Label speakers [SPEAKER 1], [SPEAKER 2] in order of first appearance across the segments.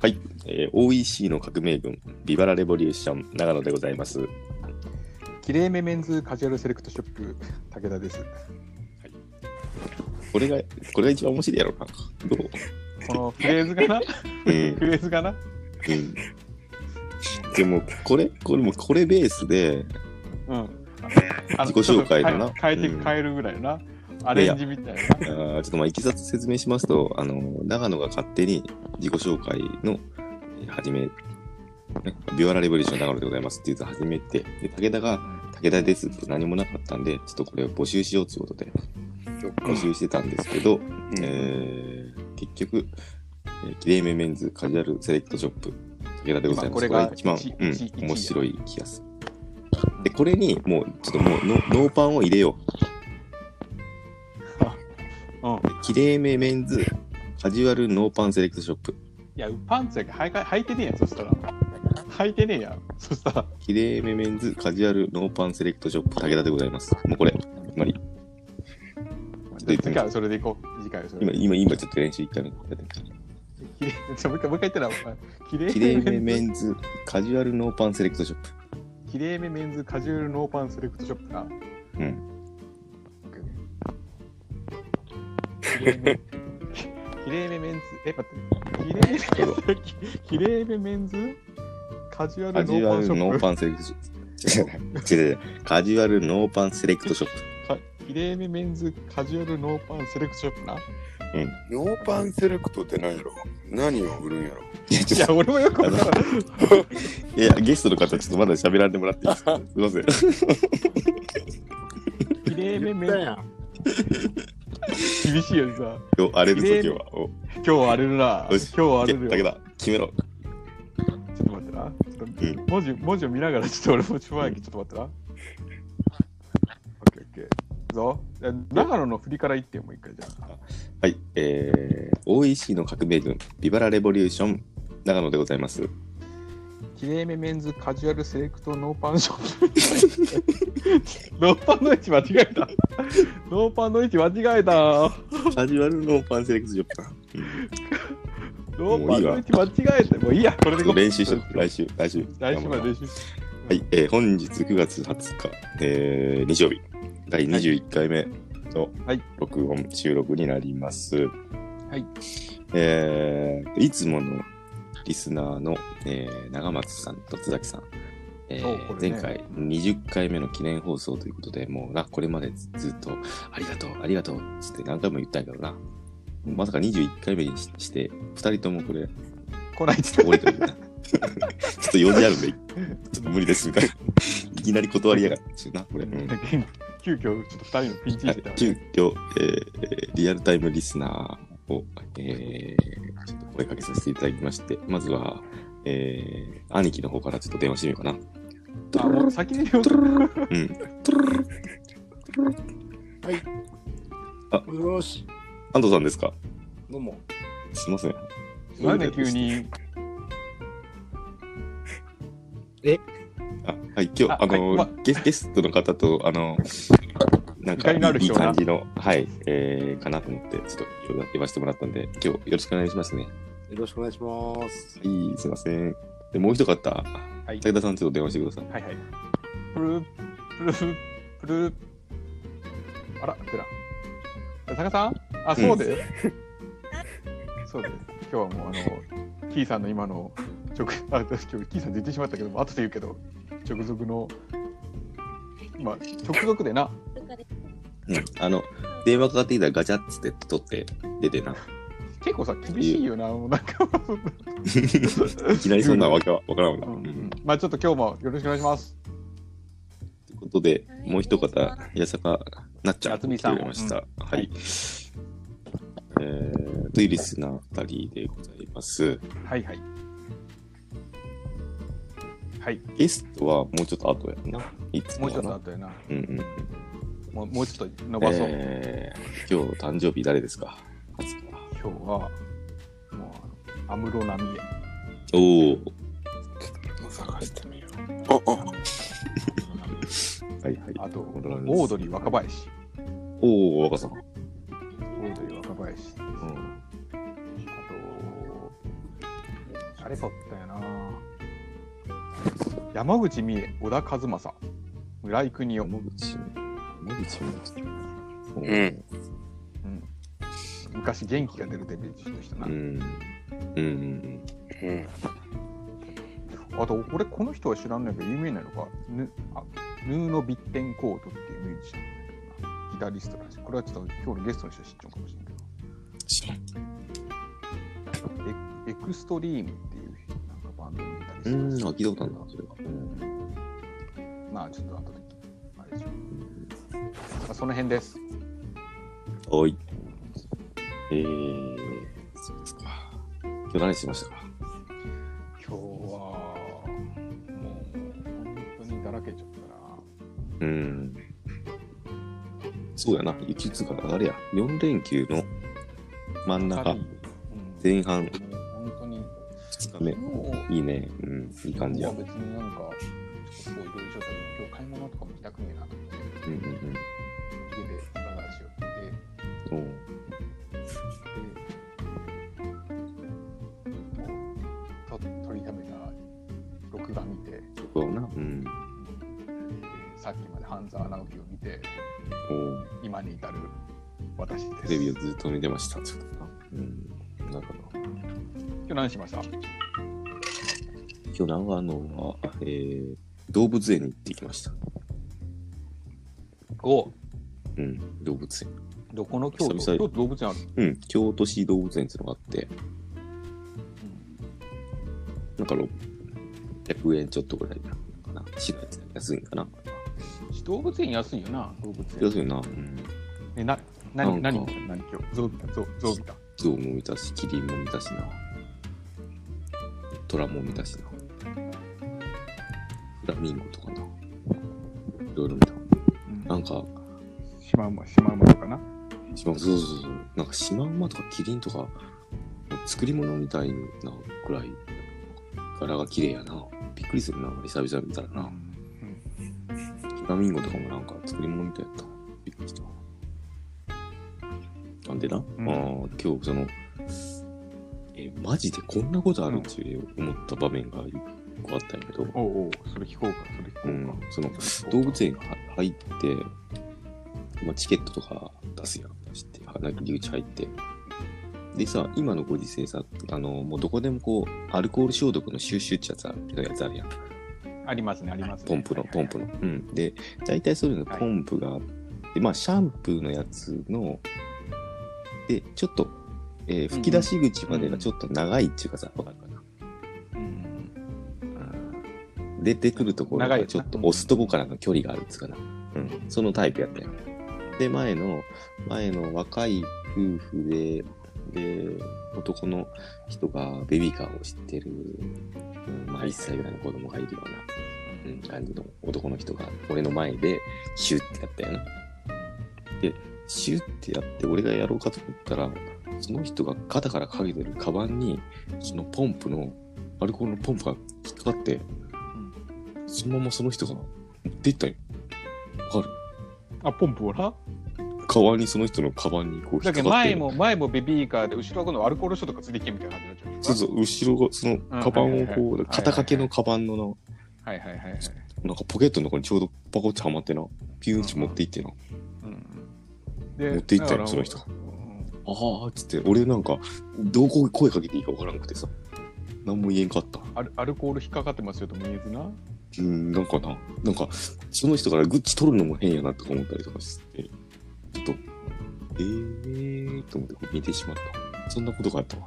[SPEAKER 1] はい、えー OEC の革命軍、ビバラレボリューション、長野でございます。よ
[SPEAKER 2] きれいめメンズカジュアルセレクトショップ、武田です。
[SPEAKER 1] これが、これが一番面白いやろうな。どう
[SPEAKER 2] このフレーズ がな、
[SPEAKER 1] うん
[SPEAKER 2] フ、レーズがな。
[SPEAKER 1] うん。 でも、これ、これも、これベースで、
[SPEAKER 2] うん。
[SPEAKER 1] 自己紹介だな
[SPEAKER 2] ちょっと変え変え
[SPEAKER 1] うん
[SPEAKER 2] て変えるぐらいな。アレンジみたいな。
[SPEAKER 1] あーちょっとまあ、いきさつ説明しますと、あの、長野が勝手に自己紹介の、えー始め、ねビワラレボリューション長野でございますって言うと始めて、で、武田が、武田ですって何もなかったんで、ちょっとこれを募集しようということで、募集してたんですけど、
[SPEAKER 3] うん
[SPEAKER 1] えー結局、えー、きれいめメンズカジュアルセレクトショップ、武田でございます。
[SPEAKER 2] 今
[SPEAKER 1] こ
[SPEAKER 2] こ
[SPEAKER 1] れ
[SPEAKER 2] れ
[SPEAKER 1] が
[SPEAKER 2] が
[SPEAKER 1] 一番、
[SPEAKER 2] 一
[SPEAKER 1] うん
[SPEAKER 2] 一一
[SPEAKER 1] 面白い気がする。で、これに、もう、ちょっともうノ、ノーパンを入れよ。
[SPEAKER 2] うん。いう
[SPEAKER 1] きれいめメンズカジュアルノーパンセレクトショップ。
[SPEAKER 2] や、パンツやけはいか履いてねえやん、そしたら。履いてねえやん、そしたら。
[SPEAKER 1] きれいめメンズカジュアルノーパンセレクトショップ、武田でございます。もうこれ、つまり、と言ってみ
[SPEAKER 2] 次回はそれでいこう。次回はそれ
[SPEAKER 1] 今、
[SPEAKER 2] で。
[SPEAKER 1] 今、今、ちょっと練習行ったの。やってみて
[SPEAKER 2] きれい ちょもう一回もう一回言ってな。きれ
[SPEAKER 1] きれい
[SPEAKER 2] い
[SPEAKER 1] め
[SPEAKER 2] めメ
[SPEAKER 1] メ
[SPEAKER 2] ンズ。
[SPEAKER 1] ンズカジュアルノーパンセレクトショップ。
[SPEAKER 2] きれいめメンズカジュアルノーパンセレクトショップな。
[SPEAKER 1] うん。
[SPEAKER 2] きれいめきれいめメンズ、え、待って、きれいめ、 きれいめメンズカジュア
[SPEAKER 1] カ
[SPEAKER 2] ル
[SPEAKER 1] ジュ
[SPEAKER 2] ノーパ
[SPEAKER 1] ア
[SPEAKER 2] ン
[SPEAKER 1] ル
[SPEAKER 2] ショ
[SPEAKER 1] ノ
[SPEAKER 2] ッ
[SPEAKER 1] ー
[SPEAKER 2] プ。
[SPEAKER 1] パンセレクトショップ。違う違う違うカジュアルノーパンセレクトショッ
[SPEAKER 2] かきれいめメンズカジュアルノーパンセレクトショップな。
[SPEAKER 3] ノーパンセレクトって何やろ何を売るんやろ
[SPEAKER 1] プ。いや、
[SPEAKER 2] い
[SPEAKER 1] ちょ
[SPEAKER 2] や
[SPEAKER 1] っ、
[SPEAKER 2] 俺もよくわからない。
[SPEAKER 1] と、いや、ゲストの方、ちょっとまだ喋らんでもらっていいですかすいません。
[SPEAKER 2] きれいめメン
[SPEAKER 3] だや
[SPEAKER 2] ズ、 厳しいよさ。
[SPEAKER 1] 今日荒れるぞ、今
[SPEAKER 2] き
[SPEAKER 1] 日
[SPEAKER 2] れい
[SPEAKER 1] は。お
[SPEAKER 2] 今日は荒れるな。
[SPEAKER 1] よ
[SPEAKER 2] 今
[SPEAKER 1] し
[SPEAKER 2] 日は荒
[SPEAKER 1] け
[SPEAKER 2] れる
[SPEAKER 1] 武
[SPEAKER 2] よ。
[SPEAKER 1] 田、決めろ。
[SPEAKER 2] ちょっと待ってな。ちょっと
[SPEAKER 1] うん
[SPEAKER 2] 文字文字を見ながら、ちょっと俺もちょやけ、ちょっと待ってな。オッケーオッケー。いくぞ。じゃあ長野の振りから言ってよ、もう一回じゃあ。
[SPEAKER 1] はい、えー、OEC の革命軍、ビバラレボリューション、長野でございます。
[SPEAKER 2] きれいめメンズカジュアルセレクトノーパンショップ。ノーパンの位置間違えた。ノーパンの位置間違えた。ノ
[SPEAKER 1] カジュアルノーパンセレクトショップだ。
[SPEAKER 2] ーパンの位置間違えた。もういいや、これ
[SPEAKER 1] ちょっと
[SPEAKER 2] でこ
[SPEAKER 1] 練習しとく来週、来週。
[SPEAKER 2] 来週まで練習し
[SPEAKER 1] はい、えー本日9月20日、えー日曜日、第21回目の
[SPEAKER 2] はい
[SPEAKER 1] 録音、収録になります。
[SPEAKER 2] はい。
[SPEAKER 1] えーいつものリスナーの、えー長松さんと津崎さん、えー
[SPEAKER 2] そうこれね
[SPEAKER 1] 前回20回目の記念放送ということで、もうな、これまでずずっと、ありがとう、ありがとう、つって何回も言ったんやけどな。まさか21回目にしして、2人ともこれ、
[SPEAKER 2] 来ないって。
[SPEAKER 1] 降りといて ちょっと用事あるんで、ちょっと無理ですみたいな。いきなり断りやがってな、これ。うん
[SPEAKER 2] 急遽ちょっと二人のピンチ
[SPEAKER 1] は
[SPEAKER 2] ヒ
[SPEAKER 1] い
[SPEAKER 2] ッター
[SPEAKER 1] 急遽、えーリアルタイムリスナーを、えーちょっと声かけさせていただきまして、まずは、えー兄貴の方からちょっと電話してみようかな。
[SPEAKER 2] あ、もう先に言おう
[SPEAKER 1] うん。
[SPEAKER 3] よし
[SPEAKER 1] 安藤さんですか
[SPEAKER 3] どうも
[SPEAKER 1] すいません。
[SPEAKER 2] なんで急に。
[SPEAKER 1] あはい、今日、あ
[SPEAKER 2] あ
[SPEAKER 1] の、
[SPEAKER 2] はい
[SPEAKER 1] ゲゲストの方と、あの、なんか
[SPEAKER 2] ゆかりのある
[SPEAKER 1] いい
[SPEAKER 2] 人が
[SPEAKER 1] 感じの、はい、えー、かなと思って、ちょっと呼ばせてもらったんで、今日よろしくお願いしますね。
[SPEAKER 3] よろしくお願いします
[SPEAKER 1] はい、すいません。で、もう一方、
[SPEAKER 2] い
[SPEAKER 1] 武田さんちょっと電話してください。
[SPEAKER 2] はいはい。プループループルーあら、プラ。坂田さんあ、そうで。そうで。今日はもうあの、キーさんの今の直、あ、私今日キーさん出てしまったけど、後で言うけど、直属の、まあ、直属でな。
[SPEAKER 1] うん、あの、電話かかってきたらガチャッつって取って出てな。
[SPEAKER 2] 結構さ、厳しいよな、もうなんか。
[SPEAKER 1] いきなりそんなわけはわからんわ
[SPEAKER 2] う
[SPEAKER 1] な。うんん。
[SPEAKER 2] まあちょっと今日もよろしくお願いします。
[SPEAKER 1] ということで、もう一方、八坂なっちゃん
[SPEAKER 2] 夏美さん
[SPEAKER 1] 来てくれました。は
[SPEAKER 2] はい
[SPEAKER 1] い。えー、というリスナー二人でございます。
[SPEAKER 2] はいはい。はい、
[SPEAKER 1] ゲストはもうちょっと後やんな。いつ
[SPEAKER 2] も
[SPEAKER 1] も
[SPEAKER 2] うちょ
[SPEAKER 1] は
[SPEAKER 2] っ
[SPEAKER 1] な。
[SPEAKER 2] と後やな。
[SPEAKER 1] うんうん。
[SPEAKER 2] もうもうちょっと伸ばそう。
[SPEAKER 1] えー、今日誕生日誰ですか初か
[SPEAKER 2] 今日はもう安室奈美恵
[SPEAKER 1] おお。
[SPEAKER 3] 探してみようああ
[SPEAKER 1] はいはい。
[SPEAKER 2] あと
[SPEAKER 1] 安室奈美恵
[SPEAKER 2] オードリー若林
[SPEAKER 1] おお、若さん。
[SPEAKER 2] オードリー若林
[SPEAKER 1] うん
[SPEAKER 2] あ誰かおったよな山口美恵小田和正村井邦夫、
[SPEAKER 1] 山口山口も。
[SPEAKER 3] うん。
[SPEAKER 2] うん、昔元気が出るデビューでしたな、
[SPEAKER 1] うん。うんうん
[SPEAKER 3] うん。
[SPEAKER 2] あと俺この人は知らないけど有名なのがヌあヌーノ・ビッテンコートっていうミュージシャンなんだけどなギタリストらしいこれはちょっと今日のゲストの人は知っちゃうかもしれないけどエエクストリームっていうなんかバンドのギタリス
[SPEAKER 1] う
[SPEAKER 2] トらし
[SPEAKER 1] ん。
[SPEAKER 2] い
[SPEAKER 1] あ、聞いたことあるな、それは。
[SPEAKER 2] まあちょっと後であれでしょう、まあ、その辺です
[SPEAKER 1] おい。えー、そうですか。今日何しましたか
[SPEAKER 2] 今日はもう本当にだらけちゃったな
[SPEAKER 1] うん。そうやな、雪つうか、あれや、4連休の真ん中、前
[SPEAKER 2] 全
[SPEAKER 1] 半
[SPEAKER 2] 員本当に
[SPEAKER 1] 2日
[SPEAKER 2] 昨
[SPEAKER 1] 目。
[SPEAKER 2] 日
[SPEAKER 1] いいね、うん、いい感じや。
[SPEAKER 2] いうや別になんか、ちょっとこういろいろしようと思って今日買い物とかも行きたくねえなと思って、
[SPEAKER 1] んうん
[SPEAKER 2] 家でバラバラしようって言って
[SPEAKER 1] うん。おう
[SPEAKER 2] で、でと取りためた録画見て、で
[SPEAKER 1] そこはな、うん。
[SPEAKER 2] さっきまで半沢直樹を見て、
[SPEAKER 1] おう
[SPEAKER 2] 今に至る私で
[SPEAKER 1] テ
[SPEAKER 2] す。
[SPEAKER 1] レビを
[SPEAKER 2] 今
[SPEAKER 1] ずっと見てました、ちょっとな。うん。なるほど。
[SPEAKER 2] 日何しました
[SPEAKER 1] 今日長野は、えー、動物園に行ってきました。
[SPEAKER 2] お
[SPEAKER 1] うん、動物園。
[SPEAKER 2] どこの京都
[SPEAKER 1] 久々
[SPEAKER 2] 京
[SPEAKER 1] に
[SPEAKER 2] 都動物園ある、
[SPEAKER 1] うん、京都市動物園っていうのがあって、なんか600円ちょっとぐらいなのかな。市のやつ安いんかな。
[SPEAKER 2] うん動物園安いよな、動物園。
[SPEAKER 1] 安いな。うん。
[SPEAKER 2] えな何
[SPEAKER 1] なん
[SPEAKER 2] 何
[SPEAKER 1] か
[SPEAKER 2] 何今日ゾウ見たゾウゾウ見た。
[SPEAKER 1] 象も見たし、キリンも見たしな。虎も見たしな。フラミンゴとかな。いろいろ見た。
[SPEAKER 2] うん
[SPEAKER 1] なんか、
[SPEAKER 2] シマウマ、シマウマとかな。
[SPEAKER 1] シマそうそうそう。なんかシマウマとかキリンとか、作り物みたいなくらい、柄が綺麗やな。びっくりするな、久々に見たらな。フラミンゴとかもなんか作り物みたいやった。びっくりした。なんでな、
[SPEAKER 2] ん
[SPEAKER 1] あー今日その、え、マジでこんなことあるっていう思った場面が一個あったんやけど、
[SPEAKER 2] おうおう、それ聞こうか、それ聞こ
[SPEAKER 1] う
[SPEAKER 2] うんか。、
[SPEAKER 1] その動物園入って、まあ、チケットとか出すやん、出して、はなんか入り口入って。でさ、今のご時世さ、あの、もうどこでもこう、アルコール消毒の収集ってやつあるやつあるやん。
[SPEAKER 2] ありますね、ありますね。
[SPEAKER 1] ポンプの、ポンプの。うん。で、大体そういうのポンプがあって、まあ、シャンプーのやつの、で、ちょっと、えー吹き出し口までがちょっと長いっていうかさ、わかるかな。
[SPEAKER 2] うん
[SPEAKER 1] 出てくるところ
[SPEAKER 2] 長い
[SPEAKER 1] が
[SPEAKER 2] やつ
[SPEAKER 1] ちょ
[SPEAKER 2] な
[SPEAKER 1] っと押すとこからの距離があるっつうかな。うん。そのタイプやったよ。で、前の、前の若い夫婦で、で、男の人がベビーカーを知ってる、うん、まあ1歳ぐらいの子供がいるようなうん感じの男の人が俺の前でシュッてやったよな。で、シュッてやって俺がやろうかと思ったら、その人が肩からかけてるカバンに、そのポンプの、アルコールのポンプが引っかかって、そのままその人が持っていったんよ。わかる
[SPEAKER 2] あ、ポンプをな。
[SPEAKER 1] 川にその人のカバンにこう引
[SPEAKER 2] だ
[SPEAKER 1] っ
[SPEAKER 2] け
[SPEAKER 1] か
[SPEAKER 2] ど
[SPEAKER 1] かって
[SPEAKER 2] 前も、前もベビーカーで、後ろはこのアルコールショットがつりきみたいな感じになっちゃ。
[SPEAKER 1] そううそう、後ろが、そのカバンを
[SPEAKER 2] うんはい
[SPEAKER 1] こ
[SPEAKER 2] はいは
[SPEAKER 1] う、
[SPEAKER 2] い
[SPEAKER 1] 肩掛けのカバンのな
[SPEAKER 2] はいはいはいはい。
[SPEAKER 1] なんかポケットの中にちょうどパコッてはまってな、ピューンって持っていってな、
[SPEAKER 2] うんで
[SPEAKER 1] 持って行ったよ
[SPEAKER 2] だから
[SPEAKER 1] その人
[SPEAKER 2] うん
[SPEAKER 1] ああっつって、俺なんか、どこ声かけていいかわからなくてさ、何も言えんかった。
[SPEAKER 2] アルアルコール引っかかってますよとも言えずな。
[SPEAKER 1] うん、なんかな、なんか、その人からグッチ取るのも変やなとか思ったりとかして、ちょっと、えーと思って見てしまった。そんなことがあったわ。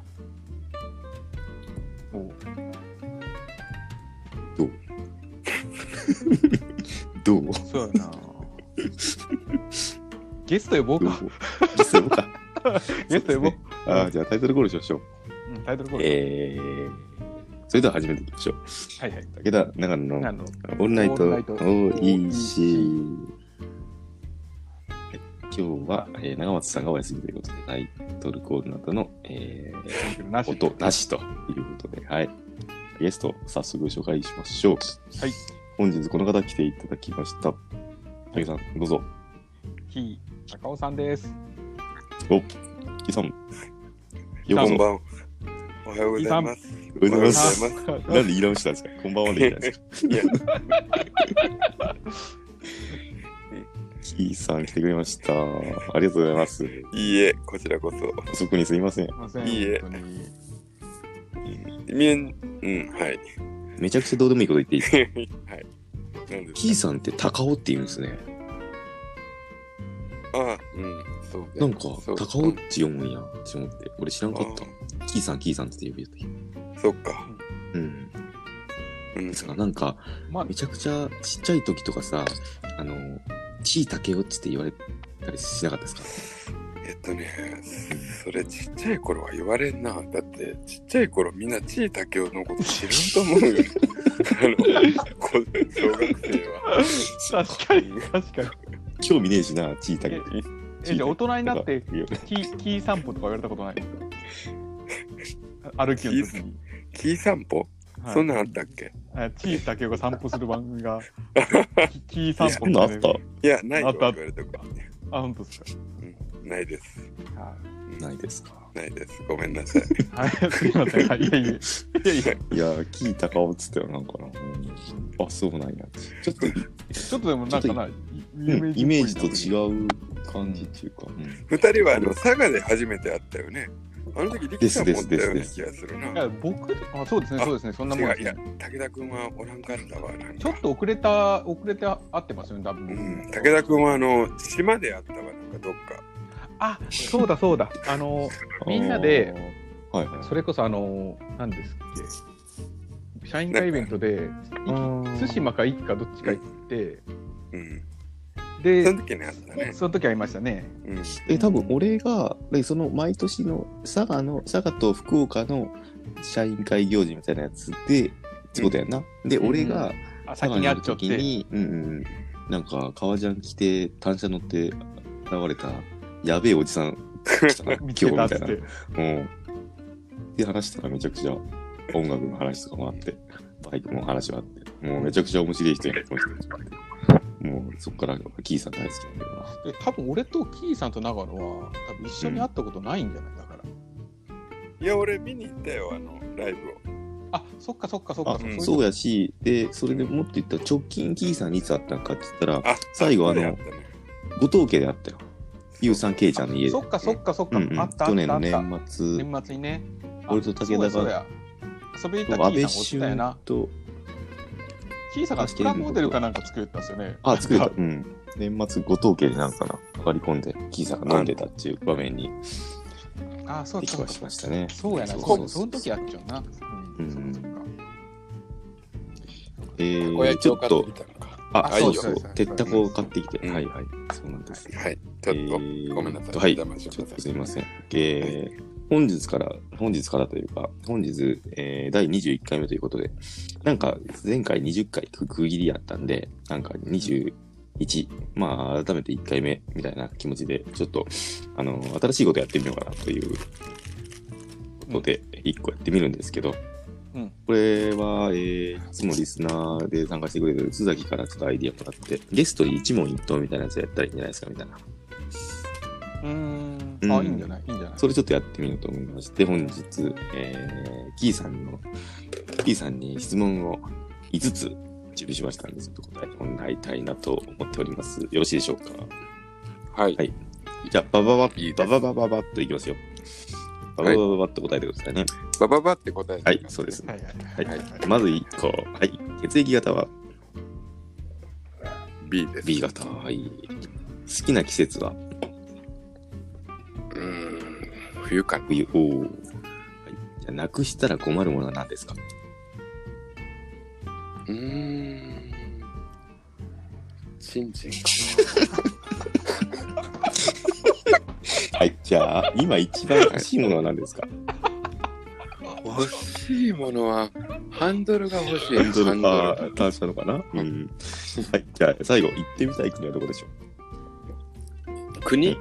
[SPEAKER 2] おう
[SPEAKER 1] どう
[SPEAKER 2] そうやな。ゲスト呼ぼう
[SPEAKER 1] どう
[SPEAKER 2] か。
[SPEAKER 1] 実際 僕か。
[SPEAKER 2] ゲスト呼ぼう。
[SPEAKER 1] ああ、じゃあタイトルコールしましょう。
[SPEAKER 2] うんタイトルコール。
[SPEAKER 1] えー、それでは始めていきましょう。
[SPEAKER 2] はいはい。
[SPEAKER 1] 武田長野の
[SPEAKER 2] あの
[SPEAKER 1] オールナイト
[SPEAKER 2] オールナイト
[SPEAKER 1] OEC。今日は、えー長松さんがお休みということで、タイトルコールなどの、えー
[SPEAKER 2] なし
[SPEAKER 1] 音なしということで、はい。ゲスト、早速紹介しましょう。
[SPEAKER 2] はい。
[SPEAKER 1] 本日この方来ていただきました。竹さん、どうぞ。
[SPEAKER 2] ひ高尾さんです。
[SPEAKER 1] お、木さん。ようこ
[SPEAKER 3] こ
[SPEAKER 1] そ
[SPEAKER 3] んばんは。こおはようございます。
[SPEAKER 1] おはようございま
[SPEAKER 3] おはようござ
[SPEAKER 1] す。
[SPEAKER 3] いま
[SPEAKER 1] なんで言い直したんですかこんばんはで言いたんですか
[SPEAKER 3] す。いや、
[SPEAKER 1] キーさん来てくれました。ありがとうございます。
[SPEAKER 3] いいえ、こちらこそ。
[SPEAKER 1] 遅くにすいません。
[SPEAKER 2] ません
[SPEAKER 3] いいえ
[SPEAKER 2] 本当に
[SPEAKER 3] みえん、うん、はい。
[SPEAKER 1] めちゃくちゃどうでもいいこと言っていいですか
[SPEAKER 3] はい。なんです
[SPEAKER 1] キーさんって高尾って言うんですね。
[SPEAKER 3] ああ、うん、そうね。
[SPEAKER 1] なんか、
[SPEAKER 3] そう
[SPEAKER 1] 高尾って読むんやって思って。俺知らんかった。キーさん、キーさんって呼びやった。
[SPEAKER 3] あそっか。
[SPEAKER 1] うん。
[SPEAKER 3] うん
[SPEAKER 1] で。すかなんか、
[SPEAKER 2] まあ
[SPEAKER 1] めちゃくちゃちっちゃい時とかさ、あの、ちいたけよっちって言われたりしなかったですか
[SPEAKER 3] えっとね、それちっちゃい頃は言われんな。だって、ちっちゃい頃みんなちいたけおのこと知らんと思うよ。 あの、こ小学生は。
[SPEAKER 2] 確かに 確かに
[SPEAKER 1] 興味ねえしな、ちいたけ。
[SPEAKER 2] ええじゃあ大人になって
[SPEAKER 1] いや
[SPEAKER 2] キーキー散歩とか言われたことないですかあ歩きの時に、
[SPEAKER 3] キー散歩、
[SPEAKER 2] はい、
[SPEAKER 3] そんなんあったっけ
[SPEAKER 2] あチータケが散歩する番組がキキー散
[SPEAKER 1] そ
[SPEAKER 2] 歩
[SPEAKER 1] んなんあっ
[SPEAKER 2] ね
[SPEAKER 1] た
[SPEAKER 3] いや、ないよ
[SPEAKER 2] あっ
[SPEAKER 3] 言
[SPEAKER 2] た
[SPEAKER 3] われたこと
[SPEAKER 2] あ本当ですか
[SPEAKER 3] うんないです。
[SPEAKER 2] は
[SPEAKER 1] ないですか。
[SPEAKER 3] ないです。ごめんなさい。
[SPEAKER 2] い、はい、すいませんはいいえいえいえいえ
[SPEAKER 1] いやー、キー高尾っつったよ、なんかな。うんあ、そうなんや。ちょっと、
[SPEAKER 2] ちょっとでもなんかな
[SPEAKER 1] うんイメージと
[SPEAKER 2] う
[SPEAKER 1] 違う感じっていうか。うん
[SPEAKER 3] 二人はあの佐賀で初めて会ったよね。あの時力さんもおったような
[SPEAKER 1] です
[SPEAKER 3] 気がする
[SPEAKER 2] いや
[SPEAKER 3] な。
[SPEAKER 2] 僕あそうですねそうですねそんなもんで
[SPEAKER 3] 違う
[SPEAKER 2] す
[SPEAKER 3] い
[SPEAKER 2] ね
[SPEAKER 3] や武田君はおらんかったわ。なん
[SPEAKER 2] ちょ
[SPEAKER 3] か
[SPEAKER 2] っと遅れた遅れて会ってますよね多分、
[SPEAKER 3] うん、武田君はあの島で会ったわ。なんかどっか。
[SPEAKER 2] あそうだそうだあのみんなで、
[SPEAKER 1] あーはい。
[SPEAKER 2] それこそあの何ですっけ社員会イベントで対馬か一かどっちか行って
[SPEAKER 3] うん。そ
[SPEAKER 2] で
[SPEAKER 3] の時に会ったね。
[SPEAKER 2] その時会いましたね
[SPEAKER 3] うん。
[SPEAKER 1] え、多分俺が、でその毎年の佐賀の、佐賀と福岡の社員会行事みたいなやつで、ってことやんな。で、
[SPEAKER 2] うん
[SPEAKER 1] 俺が
[SPEAKER 2] あ
[SPEAKER 1] 佐
[SPEAKER 2] 先
[SPEAKER 1] 賀に
[SPEAKER 2] に
[SPEAKER 1] あ
[SPEAKER 2] 会
[SPEAKER 1] る
[SPEAKER 2] っちゃっ
[SPEAKER 1] 時
[SPEAKER 2] て
[SPEAKER 1] に、うんうん、なんか革ジャン着て、単車乗って現れた、やべえおじさん来たな、今
[SPEAKER 2] 見
[SPEAKER 1] 日み
[SPEAKER 2] つけた
[SPEAKER 1] たい
[SPEAKER 2] っつっ
[SPEAKER 1] な。
[SPEAKER 2] て
[SPEAKER 1] うん。で、話したらめちゃくちゃ音楽の話とかもあって、バイクの話もあって、もうめちゃくちゃ面白い人やな、この人たちもうそっからキーさん大好きなんだよな。
[SPEAKER 2] で多分俺とキーさんと長野は多分一緒に会ったことないんじゃないだから
[SPEAKER 3] いや、俺見に行ったよ、あのライブを。
[SPEAKER 2] あそっかそっかそっ
[SPEAKER 1] あ
[SPEAKER 2] かい
[SPEAKER 3] ん
[SPEAKER 1] そうやし、で、それでもっと言ったら、直近キーさんにいつ会ったんかって言ったら、
[SPEAKER 3] あ、
[SPEAKER 1] 最後あの
[SPEAKER 3] そうだったね
[SPEAKER 1] 後藤家で会ったよ。ゆうさんけいちゃんの家で。
[SPEAKER 2] そっかそっかそっ
[SPEAKER 1] う
[SPEAKER 2] か、
[SPEAKER 1] んうん
[SPEAKER 2] あったあ
[SPEAKER 1] 去
[SPEAKER 2] っ
[SPEAKER 1] 年
[SPEAKER 2] たあ
[SPEAKER 1] の
[SPEAKER 2] った
[SPEAKER 1] 年末、
[SPEAKER 2] 年末にねあ
[SPEAKER 1] 俺と武田が
[SPEAKER 2] そうやそうや遊びに行った
[SPEAKER 1] 安
[SPEAKER 2] キー
[SPEAKER 1] 倍
[SPEAKER 2] さんおったよな
[SPEAKER 1] 晋と、
[SPEAKER 2] キーさんがプラモデルかなんか作ったんですよね
[SPEAKER 1] あ、作れた。
[SPEAKER 2] な
[SPEAKER 1] うん
[SPEAKER 2] か
[SPEAKER 1] ん。年末、後藤家でなんかな、上がり込んで、キーさんが飲んでたっていう場面に、
[SPEAKER 2] あそう
[SPEAKER 1] で
[SPEAKER 2] か
[SPEAKER 1] き
[SPEAKER 2] そう
[SPEAKER 1] は
[SPEAKER 2] か
[SPEAKER 1] しましたね。
[SPEAKER 2] そうやな
[SPEAKER 1] そう
[SPEAKER 2] そ
[SPEAKER 1] そううそう
[SPEAKER 2] その時やっちゃうなう
[SPEAKER 1] うんん
[SPEAKER 2] そっかそっか
[SPEAKER 1] え
[SPEAKER 3] たこ
[SPEAKER 1] ー、
[SPEAKER 3] 焼き
[SPEAKER 1] ちょ
[SPEAKER 3] を
[SPEAKER 1] っ
[SPEAKER 3] 買
[SPEAKER 1] と
[SPEAKER 3] ってき、たのか。
[SPEAKER 1] あ、
[SPEAKER 2] あ
[SPEAKER 1] そ
[SPEAKER 2] そう
[SPEAKER 1] う
[SPEAKER 2] です
[SPEAKER 1] そう
[SPEAKER 2] そうです、
[SPEAKER 1] 鉄たこを買ってきて、
[SPEAKER 3] うん
[SPEAKER 1] はいはい、そうなんです。
[SPEAKER 3] はい、ちょっと、
[SPEAKER 1] えー
[SPEAKER 3] ごめんなさい。
[SPEAKER 1] はい
[SPEAKER 3] 邪魔しまし
[SPEAKER 1] ちょ
[SPEAKER 3] た
[SPEAKER 1] っとすいません。えー本日から、本日からというか、本日、えー第21回目ということで、なんか前回20回区区切りやったんで、なんか21、まあ改めて1回目みたいな気持ちで、ちょっと、あの、新しいことやってみようかなということで、1個やってみるんですけど、
[SPEAKER 2] うん
[SPEAKER 1] これは、えー、いつもリスナーで参加してくれてる須崎からちょっとアイディアもらって、ゲストに一問一答みたいなやつやったらいいんじゃないですかみたいな。
[SPEAKER 2] うー
[SPEAKER 1] うんん
[SPEAKER 2] あいいんじゃないいいんじゃない
[SPEAKER 1] それちょっとやってみようと思いまして、本日、えー、キーさんの、キーさんに質問を5つ準備しましたんで、ちょっと答えてもらいたいなと思っております。よろしいでしょうか
[SPEAKER 3] はい
[SPEAKER 1] は。いじゃあ、バババ
[SPEAKER 3] いい
[SPEAKER 1] ッ、
[SPEAKER 3] で
[SPEAKER 1] バ
[SPEAKER 3] す
[SPEAKER 1] ババババッといきますよ。バババババッと答えてくださいね。
[SPEAKER 3] バババって答えて
[SPEAKER 1] はい、そうです。
[SPEAKER 2] はいはい
[SPEAKER 1] はい
[SPEAKER 2] はい、
[SPEAKER 1] まず1個。はい。血液型は
[SPEAKER 3] B です。
[SPEAKER 1] B 型。はい。好きな季節は
[SPEAKER 3] うーん、冬かな。
[SPEAKER 1] 冬。おーはい。じゃあ、なくしたら困るものは何ですか
[SPEAKER 3] うーん。チンチンか
[SPEAKER 1] はい。じゃあ、今一番欲しいものは何ですか
[SPEAKER 3] な。欲しいものは、ハンドルが欲しい。
[SPEAKER 1] ハンドル
[SPEAKER 3] ハ
[SPEAKER 1] パ
[SPEAKER 3] ンドル
[SPEAKER 1] ーターンしたのかなうん。はい。じゃあ、最後、行ってみたい国はどこでしょう
[SPEAKER 3] 国
[SPEAKER 1] はい。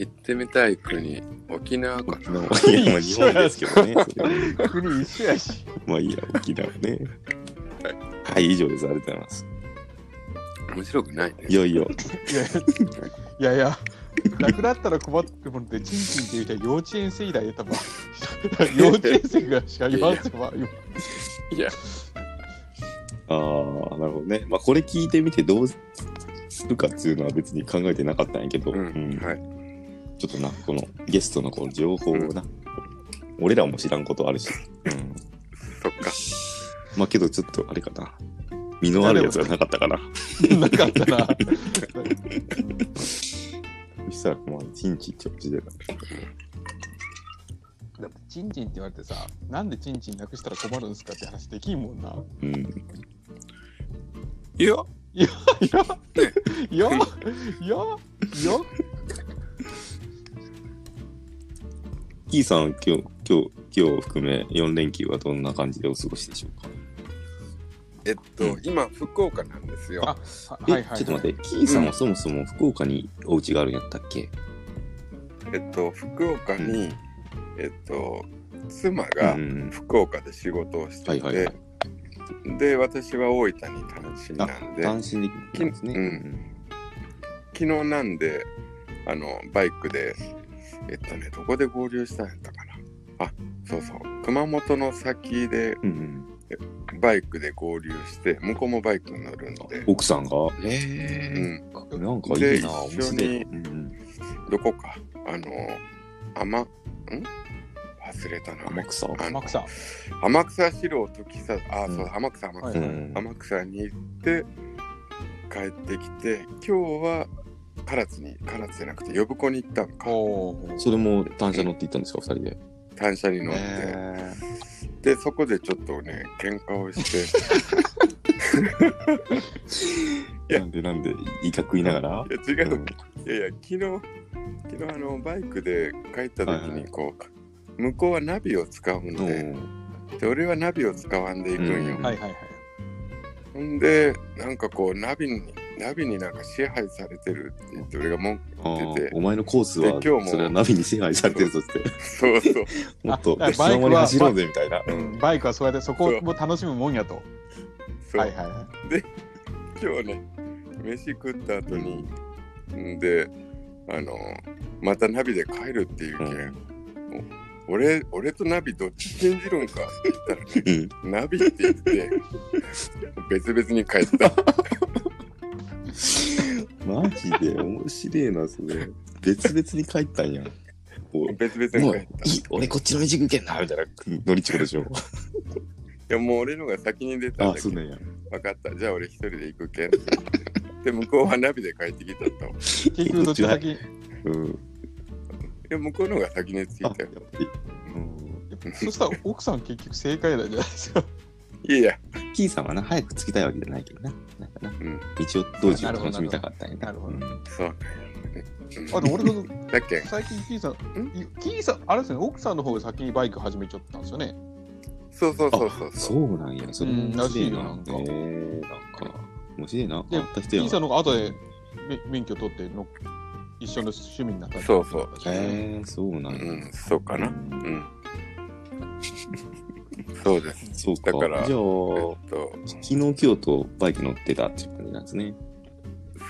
[SPEAKER 3] 行ってみたい国、沖縄か
[SPEAKER 1] 沖
[SPEAKER 3] な。
[SPEAKER 1] 縄。いや、まあ日本ですけど ね。それは
[SPEAKER 2] 国一緒やし
[SPEAKER 1] まあいいや、沖縄ね。はい、以上です。ありがとうございます。
[SPEAKER 3] 面白くないね。
[SPEAKER 1] いよいよ、
[SPEAKER 2] いやいやいやなくなったら困ってもんで、チンチンっていう人は幼稚園生以来で 多分、幼稚園生ぐらいしか言わんすよ、今。
[SPEAKER 3] いや、
[SPEAKER 1] ああ、なるほどね。まあ、これ聞いてみてどうするかっていうのは別に考えてなかったんやけど、
[SPEAKER 3] う
[SPEAKER 1] うん
[SPEAKER 3] ん、はい。
[SPEAKER 1] ちょっとな、このゲストのこの情報をな、俺らも知らんことあるし、うん、
[SPEAKER 3] そっか。
[SPEAKER 1] まあけどちょっとあれかな。身のあるやつがなかったかな。
[SPEAKER 2] なかった な。
[SPEAKER 1] そしたら、まあ、チンチって落ちてた。
[SPEAKER 2] だってチンチンって言われてさ、なんでチンチンなくしたら困るんですかって話できんもんな。
[SPEAKER 1] うん。
[SPEAKER 3] いや、
[SPEAKER 2] いや、いや、いや、いや、
[SPEAKER 1] キーさん、今日、今日、今日含め4連休はどんな感じでお過ごしでしょうか
[SPEAKER 3] えっと、今、福岡なんですよ。
[SPEAKER 2] あ
[SPEAKER 1] え、
[SPEAKER 2] はいはいはい。
[SPEAKER 1] ちょっと待って、キーさんはそもそも福岡にお家があるんやったっけ、
[SPEAKER 3] えっと、福岡に、えっと、妻
[SPEAKER 1] うん、
[SPEAKER 3] が福岡で仕事をしてて、
[SPEAKER 1] はいはいは
[SPEAKER 3] で、私は大分に単身なんで、
[SPEAKER 1] 単身で来たんですね。
[SPEAKER 3] うん昨日なんで、あの、バイクで、えっとね、どこで合流したんやったかな。あ、そうそう、熊本の先で
[SPEAKER 1] うんうん
[SPEAKER 3] バイクで合流して、向こうもバイクに乗るので、
[SPEAKER 1] 奥さんが、
[SPEAKER 3] う
[SPEAKER 1] え
[SPEAKER 3] ん、
[SPEAKER 1] ーなんかいいな、
[SPEAKER 3] で一緒に
[SPEAKER 1] 面白いうん
[SPEAKER 3] どこか、あの、天、ん忘れたな。
[SPEAKER 1] 天草。
[SPEAKER 3] あの
[SPEAKER 2] マクさん。
[SPEAKER 3] 天草四郎と喫茶あ、
[SPEAKER 1] うん
[SPEAKER 3] そう天草天草、
[SPEAKER 2] はい
[SPEAKER 1] うん
[SPEAKER 3] 天草に行って帰ってきて今日は唐津に唐津じゃなくて呼子に行ったのか
[SPEAKER 2] おー
[SPEAKER 1] それも単車乗って行ったんですか、二人で。
[SPEAKER 3] 単車に乗って、でそこでちょっとね喧嘩をして いや
[SPEAKER 1] なんでなんで、威嚇言いながら、
[SPEAKER 3] いや違う、
[SPEAKER 1] うん
[SPEAKER 3] いやいや昨日昨日あのバイクで帰った時
[SPEAKER 1] はいは
[SPEAKER 3] に
[SPEAKER 1] い
[SPEAKER 3] こう、向こうはナビを使うので,、で俺はナビを使わんでいくんよ、
[SPEAKER 1] うん
[SPEAKER 2] はいはいはい。
[SPEAKER 3] ほんで、なんかこう、ナビに、ナビになんか支配されてるって言って、俺が文句
[SPEAKER 1] あ
[SPEAKER 3] 言って
[SPEAKER 1] ー
[SPEAKER 3] て、
[SPEAKER 1] お前のコースは、
[SPEAKER 3] で今日も
[SPEAKER 1] それはナビに支配されてるぞって、
[SPEAKER 3] そうそう、
[SPEAKER 1] もっと
[SPEAKER 2] あ
[SPEAKER 1] 素直に走ろうぜみたいな。
[SPEAKER 2] うんバイクはそうやってそこを楽しむもんやと。
[SPEAKER 3] そう、
[SPEAKER 2] はいはいはい。
[SPEAKER 3] 今日ね、飯食った後に、んで、あの、またナビで帰るっていうけん、俺、俺とナビどっち信じるんかって言った
[SPEAKER 1] うんうん
[SPEAKER 3] ら、ナビって言って、別々に帰った。
[SPEAKER 1] マジで面白いな、それ。別々に帰ったんやん。こう
[SPEAKER 3] 別々
[SPEAKER 1] もう
[SPEAKER 3] に帰
[SPEAKER 1] い
[SPEAKER 3] った。い
[SPEAKER 1] い、俺こっちの道行けんな、みたいな乗りちこでしょ。
[SPEAKER 3] や、もう俺のが先に出た
[SPEAKER 1] あ
[SPEAKER 3] んだ、け
[SPEAKER 1] そ
[SPEAKER 3] ど
[SPEAKER 1] う、なんや。
[SPEAKER 3] 分かった、じゃあ俺一人で行くけん。で、向こうはナビで帰ってきたと。
[SPEAKER 2] 結局どっちが先
[SPEAKER 1] うん。
[SPEAKER 3] で、向こうのが先に着い
[SPEAKER 1] あ、やったぱ
[SPEAKER 3] よ。
[SPEAKER 1] り。うん
[SPEAKER 2] そしたら奥さん結局正解なんじゃないですか。
[SPEAKER 3] いやいや、
[SPEAKER 1] キーさんはな、早く着きたいわけじゃないけどな。なんかな、
[SPEAKER 3] ん
[SPEAKER 1] 道を当時を楽しみたかったんや
[SPEAKER 2] なるほど
[SPEAKER 1] うん
[SPEAKER 3] そう。
[SPEAKER 2] あと俺の
[SPEAKER 3] だっけ
[SPEAKER 2] 最近キーさん、キーさん、あれですね、奥さんの方が先にバイク始めちゃったんですよね。
[SPEAKER 3] そうそうそうそう。
[SPEAKER 1] そううなんや、それも面白いな。
[SPEAKER 2] う
[SPEAKER 1] え
[SPEAKER 2] んらしい
[SPEAKER 1] ーな
[SPEAKER 2] よ
[SPEAKER 1] んか、面白いな。
[SPEAKER 2] で
[SPEAKER 1] 変わった人
[SPEAKER 2] キ
[SPEAKER 1] や
[SPEAKER 2] ーさん
[SPEAKER 1] な。
[SPEAKER 2] の方が後でめ免許取っての一緒の趣味になった
[SPEAKER 3] そうそう
[SPEAKER 2] へ
[SPEAKER 1] へえー、そうなんや。
[SPEAKER 3] ん、そうかな。
[SPEAKER 1] ん
[SPEAKER 3] うん。そうです。
[SPEAKER 1] そうか。
[SPEAKER 3] だから
[SPEAKER 1] じゃあ、
[SPEAKER 3] えっと、
[SPEAKER 1] 昨日、今日とバイク乗ってたっていう感じなんですね。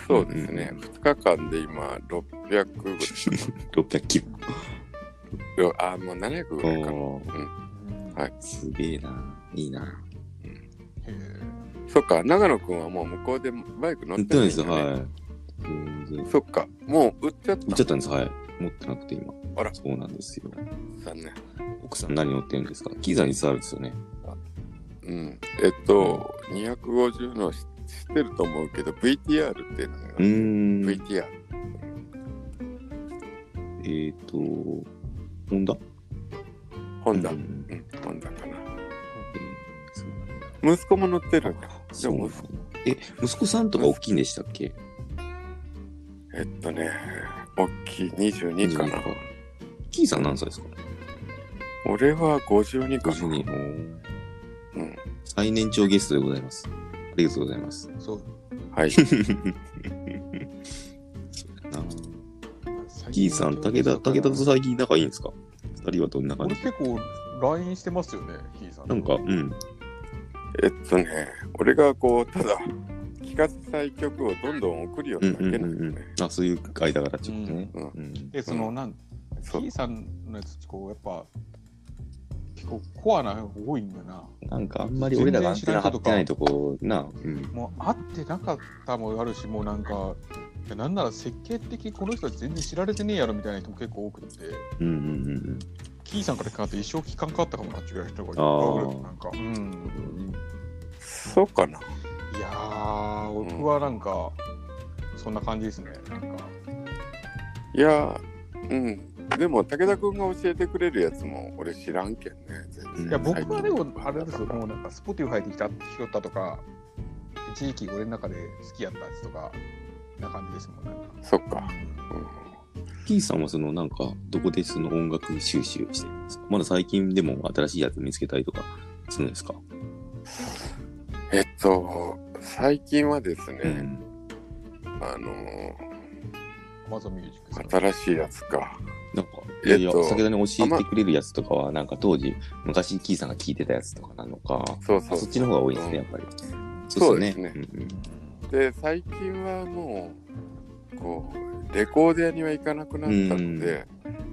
[SPEAKER 3] そうですね。
[SPEAKER 1] うん
[SPEAKER 3] 2日間で今、600ぐらい。
[SPEAKER 1] 600キロ。
[SPEAKER 3] いやあ、もう700ぐらいかな。
[SPEAKER 1] おー
[SPEAKER 3] はい
[SPEAKER 1] すげえな。いいな。
[SPEAKER 2] え。
[SPEAKER 3] そっか、長野くんはもう向こうでバイク乗っ
[SPEAKER 1] 売っててない
[SPEAKER 3] るん
[SPEAKER 1] です、
[SPEAKER 3] だね
[SPEAKER 1] はい。全然。
[SPEAKER 3] そっか、もう売っちゃっ。
[SPEAKER 1] 売ったちゃったんです、はい。持ってなくて今。
[SPEAKER 3] あら
[SPEAKER 1] そうなんですよ。
[SPEAKER 3] 残念。
[SPEAKER 1] 奥さん何乗ってるんですかキーさんに座るんですよね。
[SPEAKER 3] うん。えっと、250の知ってると思うけど、VTR っていうのが
[SPEAKER 1] うーん。
[SPEAKER 3] VTR。
[SPEAKER 1] えっ、と、ホンダ
[SPEAKER 3] ホンダ。
[SPEAKER 1] う
[SPEAKER 3] うん、
[SPEAKER 1] ん
[SPEAKER 3] ホンダかな。
[SPEAKER 1] えーそうなんだ
[SPEAKER 3] 息子も乗ってるんだ
[SPEAKER 1] そうなんだえ、息子さんとか大きいんでしたっけ
[SPEAKER 3] えっとね、大きい22かな。。
[SPEAKER 1] キーさん何歳ですか
[SPEAKER 3] 俺は52かな。
[SPEAKER 1] 52おー
[SPEAKER 3] うん。
[SPEAKER 1] 最年長ゲストでございます。ありがとうござい ます。
[SPEAKER 2] そう。
[SPEAKER 3] はい。
[SPEAKER 1] なキーさん、武田、武田と最近仲いいんですか二人はどんな感
[SPEAKER 2] 俺
[SPEAKER 1] じ
[SPEAKER 2] 結構 LINE してますよね、キーさん。
[SPEAKER 1] なんか、うん。
[SPEAKER 3] えっとね、俺がこう、ただ、昨聞かせたい曲をどんどん送るよう
[SPEAKER 1] うん
[SPEAKER 3] なだ
[SPEAKER 1] うん
[SPEAKER 3] け
[SPEAKER 1] う
[SPEAKER 3] なん
[SPEAKER 1] んう
[SPEAKER 3] だよね。
[SPEAKER 1] ん。あ、そういう間柄ってことね。
[SPEAKER 3] うん
[SPEAKER 1] うん。
[SPEAKER 2] で、その、なん、
[SPEAKER 3] そう
[SPEAKER 2] T さんのやつ、こう、やっぱ、結構コアなのが多いんだよな。
[SPEAKER 1] なんかあんまり俺らがアンテナ張ってないとこな。うん。
[SPEAKER 2] もう会ってなかったもあるし、もうなんか、いやなんなら設計的にこの人たち全然知られてねえやろみたいな人も結構多くて、
[SPEAKER 1] うんうんうん
[SPEAKER 2] キーさんから聞かんと一生聞かんかったかもなっていうぐらいの人がいっぱいおる。
[SPEAKER 1] あー
[SPEAKER 2] なんか、うん。
[SPEAKER 3] そうかな。
[SPEAKER 2] いやー、僕はなんか、そんな感じですね。なんか、
[SPEAKER 3] いや、うん。でも、武田君が教えてくれるやつも俺知らんけんね。全然
[SPEAKER 2] いや僕はでもあれ
[SPEAKER 3] だ
[SPEAKER 2] ですよもうなんかスポティファイできた拾ったとか一時期俺の中で好きやったやつとかな感じですもんなんか
[SPEAKER 3] そっか。
[SPEAKER 1] うん。T さんはそのなんか、どこでその音楽収集してるんですかまだ最近でも新しいやつ見つけたりとかするんですか
[SPEAKER 3] えっと、最近はです
[SPEAKER 1] う
[SPEAKER 3] ね、
[SPEAKER 1] ん。
[SPEAKER 3] あの、
[SPEAKER 2] Amazon Music ですか
[SPEAKER 3] 新しいやつか。
[SPEAKER 1] なんか、いやいや、
[SPEAKER 3] えっと
[SPEAKER 1] 先ほどに教えてくれるやつとかは、なんか当時、昔、キーさんが聞いてたやつとかなのか、
[SPEAKER 3] そうそう
[SPEAKER 1] そっちの方が多いですね、やっぱり。
[SPEAKER 3] そうですね
[SPEAKER 1] そうですね。
[SPEAKER 3] で最近はもうこうレコーディアには行かなくなったので、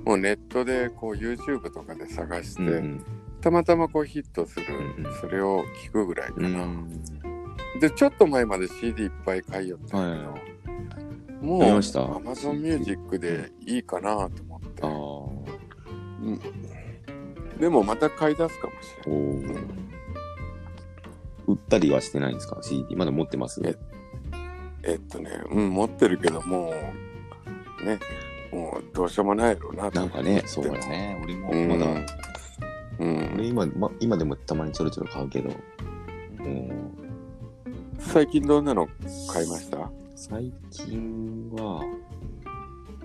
[SPEAKER 3] もうネットでこう YouTube とかで探して、
[SPEAKER 1] うんうん
[SPEAKER 3] たまたまこうヒットする、
[SPEAKER 1] うんうん
[SPEAKER 3] それを聞くぐらいか
[SPEAKER 1] うんう
[SPEAKER 3] な、
[SPEAKER 1] ん。
[SPEAKER 3] でちょっと前まで CD いっぱい買いよったんやけど、
[SPEAKER 1] は
[SPEAKER 3] もう
[SPEAKER 1] やりました
[SPEAKER 3] Amazon Music でいいかなと思って
[SPEAKER 1] ああ、お
[SPEAKER 3] でもまた買い出すかもしれない
[SPEAKER 1] ー売ったりはしてないんですか ?CD、まだ持ってます
[SPEAKER 3] ええっとねうん持ってるけどもうねもうどうしようもないやろうなと
[SPEAKER 1] なん
[SPEAKER 3] 思っ
[SPEAKER 1] か
[SPEAKER 3] て
[SPEAKER 1] ね、そうだよね。俺もまだ、
[SPEAKER 3] うん、うん
[SPEAKER 1] 俺今、ま、今でもたまにちょろちょろ買うけど、もう、
[SPEAKER 3] 最近どんなの買いました
[SPEAKER 1] 最近は、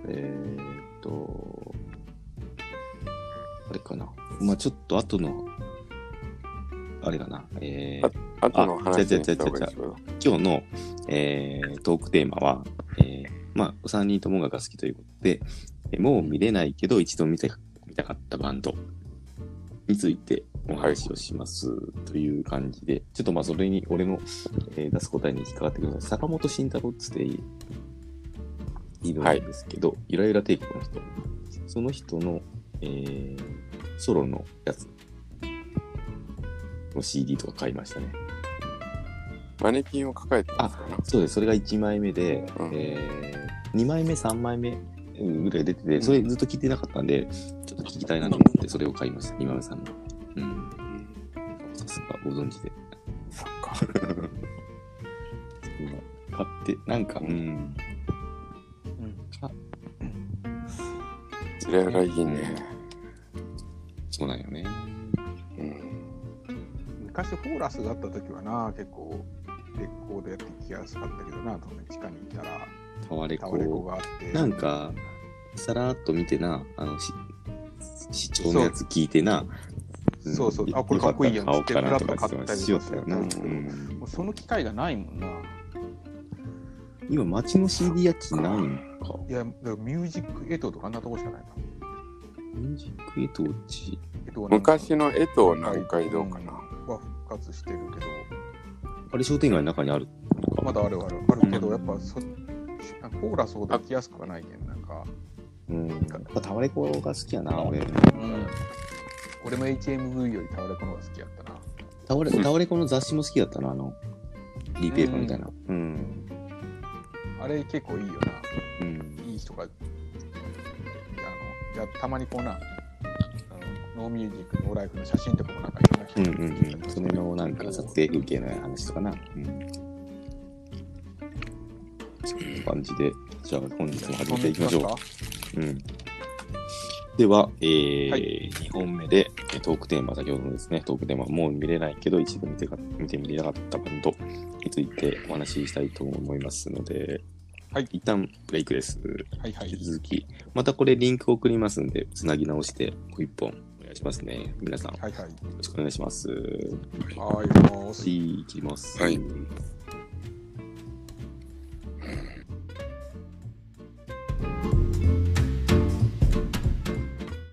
[SPEAKER 1] えー、っと、あれかな。まあちょっと後の、あれかな。えー
[SPEAKER 3] あとの話にした方がいいですよ
[SPEAKER 1] 今日の、えートークテーマは、えーまあ、3人ともが好きということで、えーもう見れないけど一度見て見たかったバンドについてお話をしますという感じで、ちょっとまあそれに俺の、えー出す答えに引っかかってくるのは坂本慎太郎っつっていいるんですけど、ゆらゆら帝国の人、その人の、えーソロのやつの CD とか買いましたね。
[SPEAKER 3] マネキンを抱えてますかな
[SPEAKER 1] そうです、それが1枚目で、
[SPEAKER 3] うん
[SPEAKER 1] え2枚目、3枚目うんぐらい出てて、
[SPEAKER 3] ん
[SPEAKER 1] それずっと聞いてなかったんで、ちょっと聞きたいなと思って、それを買いました、2枚目、3枚目。うん、
[SPEAKER 3] うん
[SPEAKER 1] さすが、ご存知で。
[SPEAKER 3] そっか
[SPEAKER 1] 今買って、なんか、うん、
[SPEAKER 3] それがいいね、
[SPEAKER 1] そうなんよね。
[SPEAKER 3] うん、
[SPEAKER 2] 昔ホーラスがあった時はな結構レコードやってきやすかったけどなと地下にいたら
[SPEAKER 1] タワレ
[SPEAKER 2] タワレコ
[SPEAKER 1] コ。
[SPEAKER 2] があって
[SPEAKER 1] なんか、さらっと見てな、あの、し視聴のやつ聞いてな、ん
[SPEAKER 2] そうそうあこれかっこいいやんっつって
[SPEAKER 1] 買おうかなとか
[SPEAKER 2] フラッと買ったりとかす
[SPEAKER 1] しよ
[SPEAKER 2] る
[SPEAKER 1] うかな
[SPEAKER 3] うん
[SPEAKER 2] もうその機会がないもんな
[SPEAKER 1] 今、街の CD やつないんか。
[SPEAKER 2] いやだからミュージックエトーとかあんなとこしかないな
[SPEAKER 1] ミュージックエトーチ。
[SPEAKER 2] エトーはなんか
[SPEAKER 3] 昔の江藤南海道かな、
[SPEAKER 2] は復活してるけど
[SPEAKER 1] あれ商店街の中にあるのか
[SPEAKER 2] まだあるあるあるけど、
[SPEAKER 1] うん
[SPEAKER 2] やっぱそなんかコーラスほど来やすくはないけんなんか、
[SPEAKER 1] うん。やっぱタワレコが好きやな、俺。
[SPEAKER 2] うん、俺も HMV よりタワレコの方が好きやったな
[SPEAKER 1] タワレタワレコの雑誌も好きだったな、あの、リペーパーみたいな。うん。
[SPEAKER 2] あれ結構いいよ
[SPEAKER 1] うん。
[SPEAKER 2] ないい人があのいやたまにこうなあのノーミュージックノーライフの写真とかもなんかいろんな
[SPEAKER 1] うん
[SPEAKER 2] 人が
[SPEAKER 1] うんうん。それのなんか撮影風景の話とかな。うん。そんな感じで、じゃあ本日も始めていきましょう。うん、では、えー
[SPEAKER 2] は
[SPEAKER 1] 2本目でえートークテーマ、先ほどのですね、トークテーマ、もう見れないけど、一度見てか見てみれなかったバンドについてお話ししたいと思いますので、
[SPEAKER 2] はい
[SPEAKER 1] 一旦ブレイクです。
[SPEAKER 2] はいはい
[SPEAKER 1] 引き続き、またこれリンク送りますんで、つなぎ直して、もう1本お願いしますね。皆さん、よ
[SPEAKER 2] はいはい
[SPEAKER 1] ろしくお願いします。は
[SPEAKER 2] はいはい
[SPEAKER 1] い、切ります。
[SPEAKER 3] はい